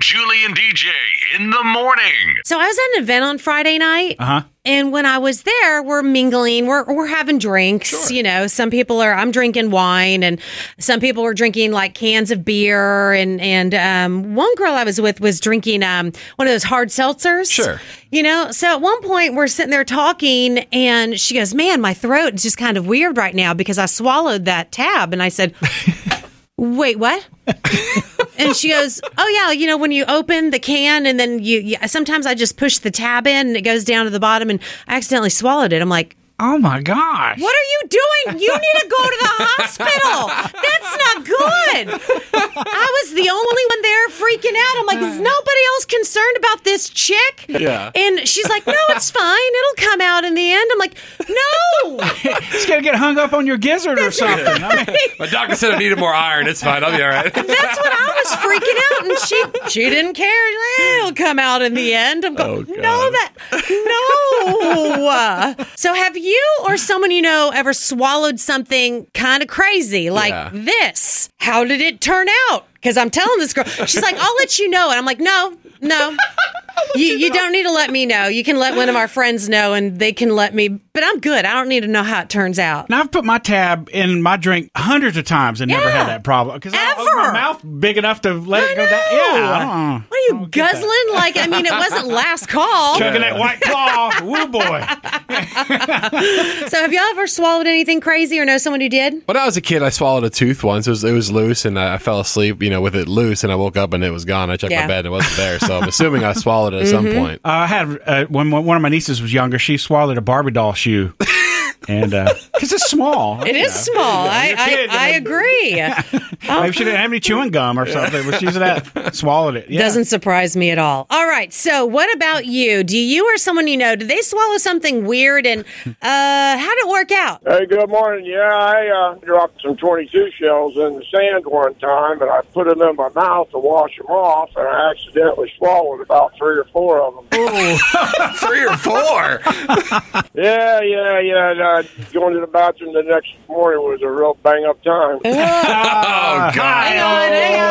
Julie and DJ in the morning. So I was at an event on Friday night, Uh huh. and when I was there, we're mingling, we're we're having drinks. You know, some people are. I'm drinking wine, and some people were drinking like cans of beer, and and um, one girl I was with was drinking um, one of those hard seltzers. Sure. You know, so at one point we're sitting there talking, and she goes, "Man, my throat is just kind of weird right now because I swallowed that tab," and I said. wait what and she goes oh yeah you know when you open the can and then you, you sometimes i just push the tab in and it goes down to the bottom and i accidentally swallowed it i'm like Oh my gosh. what are you doing you need to go to the hospital that's not good i was the only one there freaking out i'm like is nobody else concerned about this chick Yeah. and she's like no it's fine it'll come out in the end i'm like no It's gonna get hung up on your gizzard or something. I mean, My doctor said I needed more iron. It's fine. I'll be all right. That's what I was freaking out, and she she didn't care. It'll come out in the end. I'm going, no, that no. So, have you or someone you know ever swallowed something kind of crazy like Yeah. this? How did it turn out? Because I'm telling this girl, she's like, I'll let you know, and I'm like, no, no. You, you don't need to let me know. You can let one of our friends know and they can let me, but I'm good. I don't need to know how it turns out. and I've put my tab in my drink hundreds of times and never Yeah. had that problem because I don't open Ever. my mouth big enough to let it go down. know. Yeah. I don't- What are you get that. guzzling? Like, I mean, it wasn't last call. Chugging that white claw. Woo boy. So, have y'all ever swallowed anything crazy or know someone who did? When I was a kid, I swallowed a tooth once. It was, it was loose, and I, I fell asleep, you know, with it loose, and I woke up and it was gone. I checked Yeah. my bed, and it wasn't there. So I'm assuming I swallowed it at some point. Uh, I had uh, when when one of my nieces was younger. She swallowed a Barbie doll shoe, and because it's small, It is small. I, I, kid, I I mean- agree. Maybe she didn't have any chewing gum or something. But she's that swallowed it. Yeah. Doesn't surprise me at all. All right. So, what about you? Do you or someone you know, did they swallow something weird and uh, how'd it work out? Hey, good morning. Yeah, I uh, dropped some 22 shells in the sand one time, and I put them in my mouth to wash them off, and I accidentally swallowed about three or four of them. Three or four. yeah, yeah, yeah. And, uh, going to the bathroom the next morning was a real bang up time. Oh God. Hang on, hang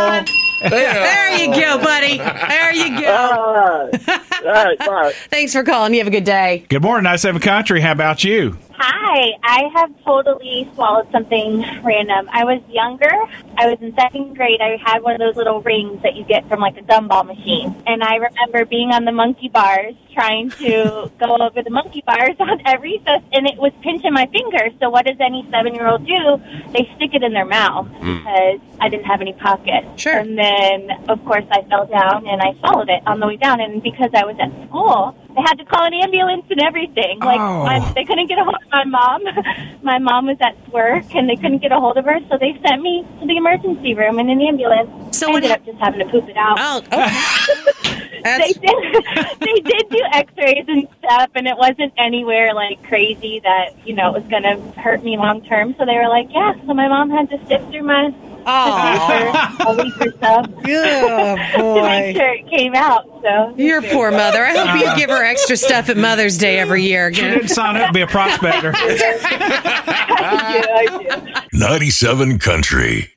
on. There you go, buddy. There you go. All right. All right, bye. Thanks for calling. You have a good day. Good morning, I Seven Country. How about you? Hi, I have totally swallowed something random. I was younger. I was in second grade. I had one of those little rings that you get from like a gumball machine. And I remember being on the monkey bars, trying to go over the monkey bars on every recess, and it was pinching my finger. So, what does any seven year old do? They stick it in their mouth because I didn't have any pocket. Sure. And then, of course, I fell down and I swallowed it on the way down. And because I was at school, they had to call an ambulance and everything. Like, Oh. my, they couldn't get a hold of my mom. my mom was at work and they couldn't get a hold of her, so they sent me to the emergency room in an ambulance. So I what ended hap- up just having to poop it out. Oh, okay. They That's, did. they did do X-rays and stuff, and it wasn't anywhere like crazy that you know it was going to hurt me long term. So they were like, "Yeah." So my mom had to sift through my oh, for a week or so good to make boy. Uh, sure it came out. So Your poor mother. I hope you give her extra stuff at Mother's Day every year. She didn't sign up to be a prospector. I do, I do. 97 Country.